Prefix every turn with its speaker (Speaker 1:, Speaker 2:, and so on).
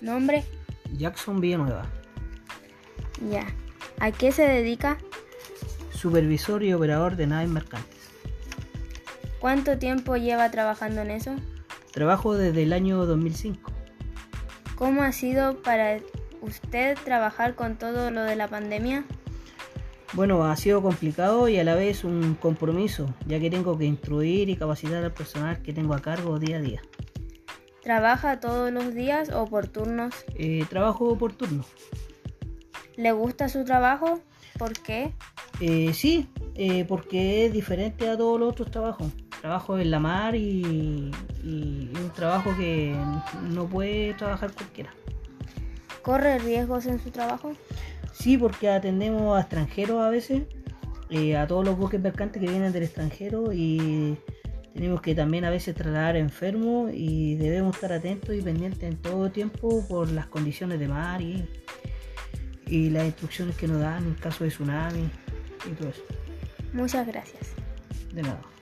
Speaker 1: Nombre,
Speaker 2: Jackson Villanueva,
Speaker 1: ya. ¿A qué se dedica?
Speaker 2: supervisor y operador de naves mercantes.
Speaker 1: ¿Cuánto tiempo lleva trabajando en eso?
Speaker 2: Trabajo desde el año 2005.
Speaker 1: ¿Cómo ha sido para usted trabajar con todo lo de la pandemia?
Speaker 2: Bueno, ha sido complicado y a la vez un compromiso, ya que tengo que instruir y capacitar al personal que tengo a cargo día a día.
Speaker 1: ¿Trabaja todos los días o por turnos?
Speaker 2: Eh, trabajo por turno.
Speaker 1: ¿Le gusta su trabajo? ¿Por qué?
Speaker 2: Eh, sí, eh, porque es diferente a todos los otros trabajos. Trabajo en la mar y, y un trabajo que no puede trabajar cualquiera.
Speaker 1: ¿Corre riesgos en su trabajo?
Speaker 2: Sí, porque atendemos a extranjeros a veces, eh, a todos los buques mercantes que vienen del extranjero y tenemos que también a veces trasladar enfermos y debemos estar atentos y pendientes en todo tiempo por las condiciones de mar y, y las instrucciones que nos dan en caso de tsunami y todo eso.
Speaker 1: Muchas gracias.
Speaker 2: De nada.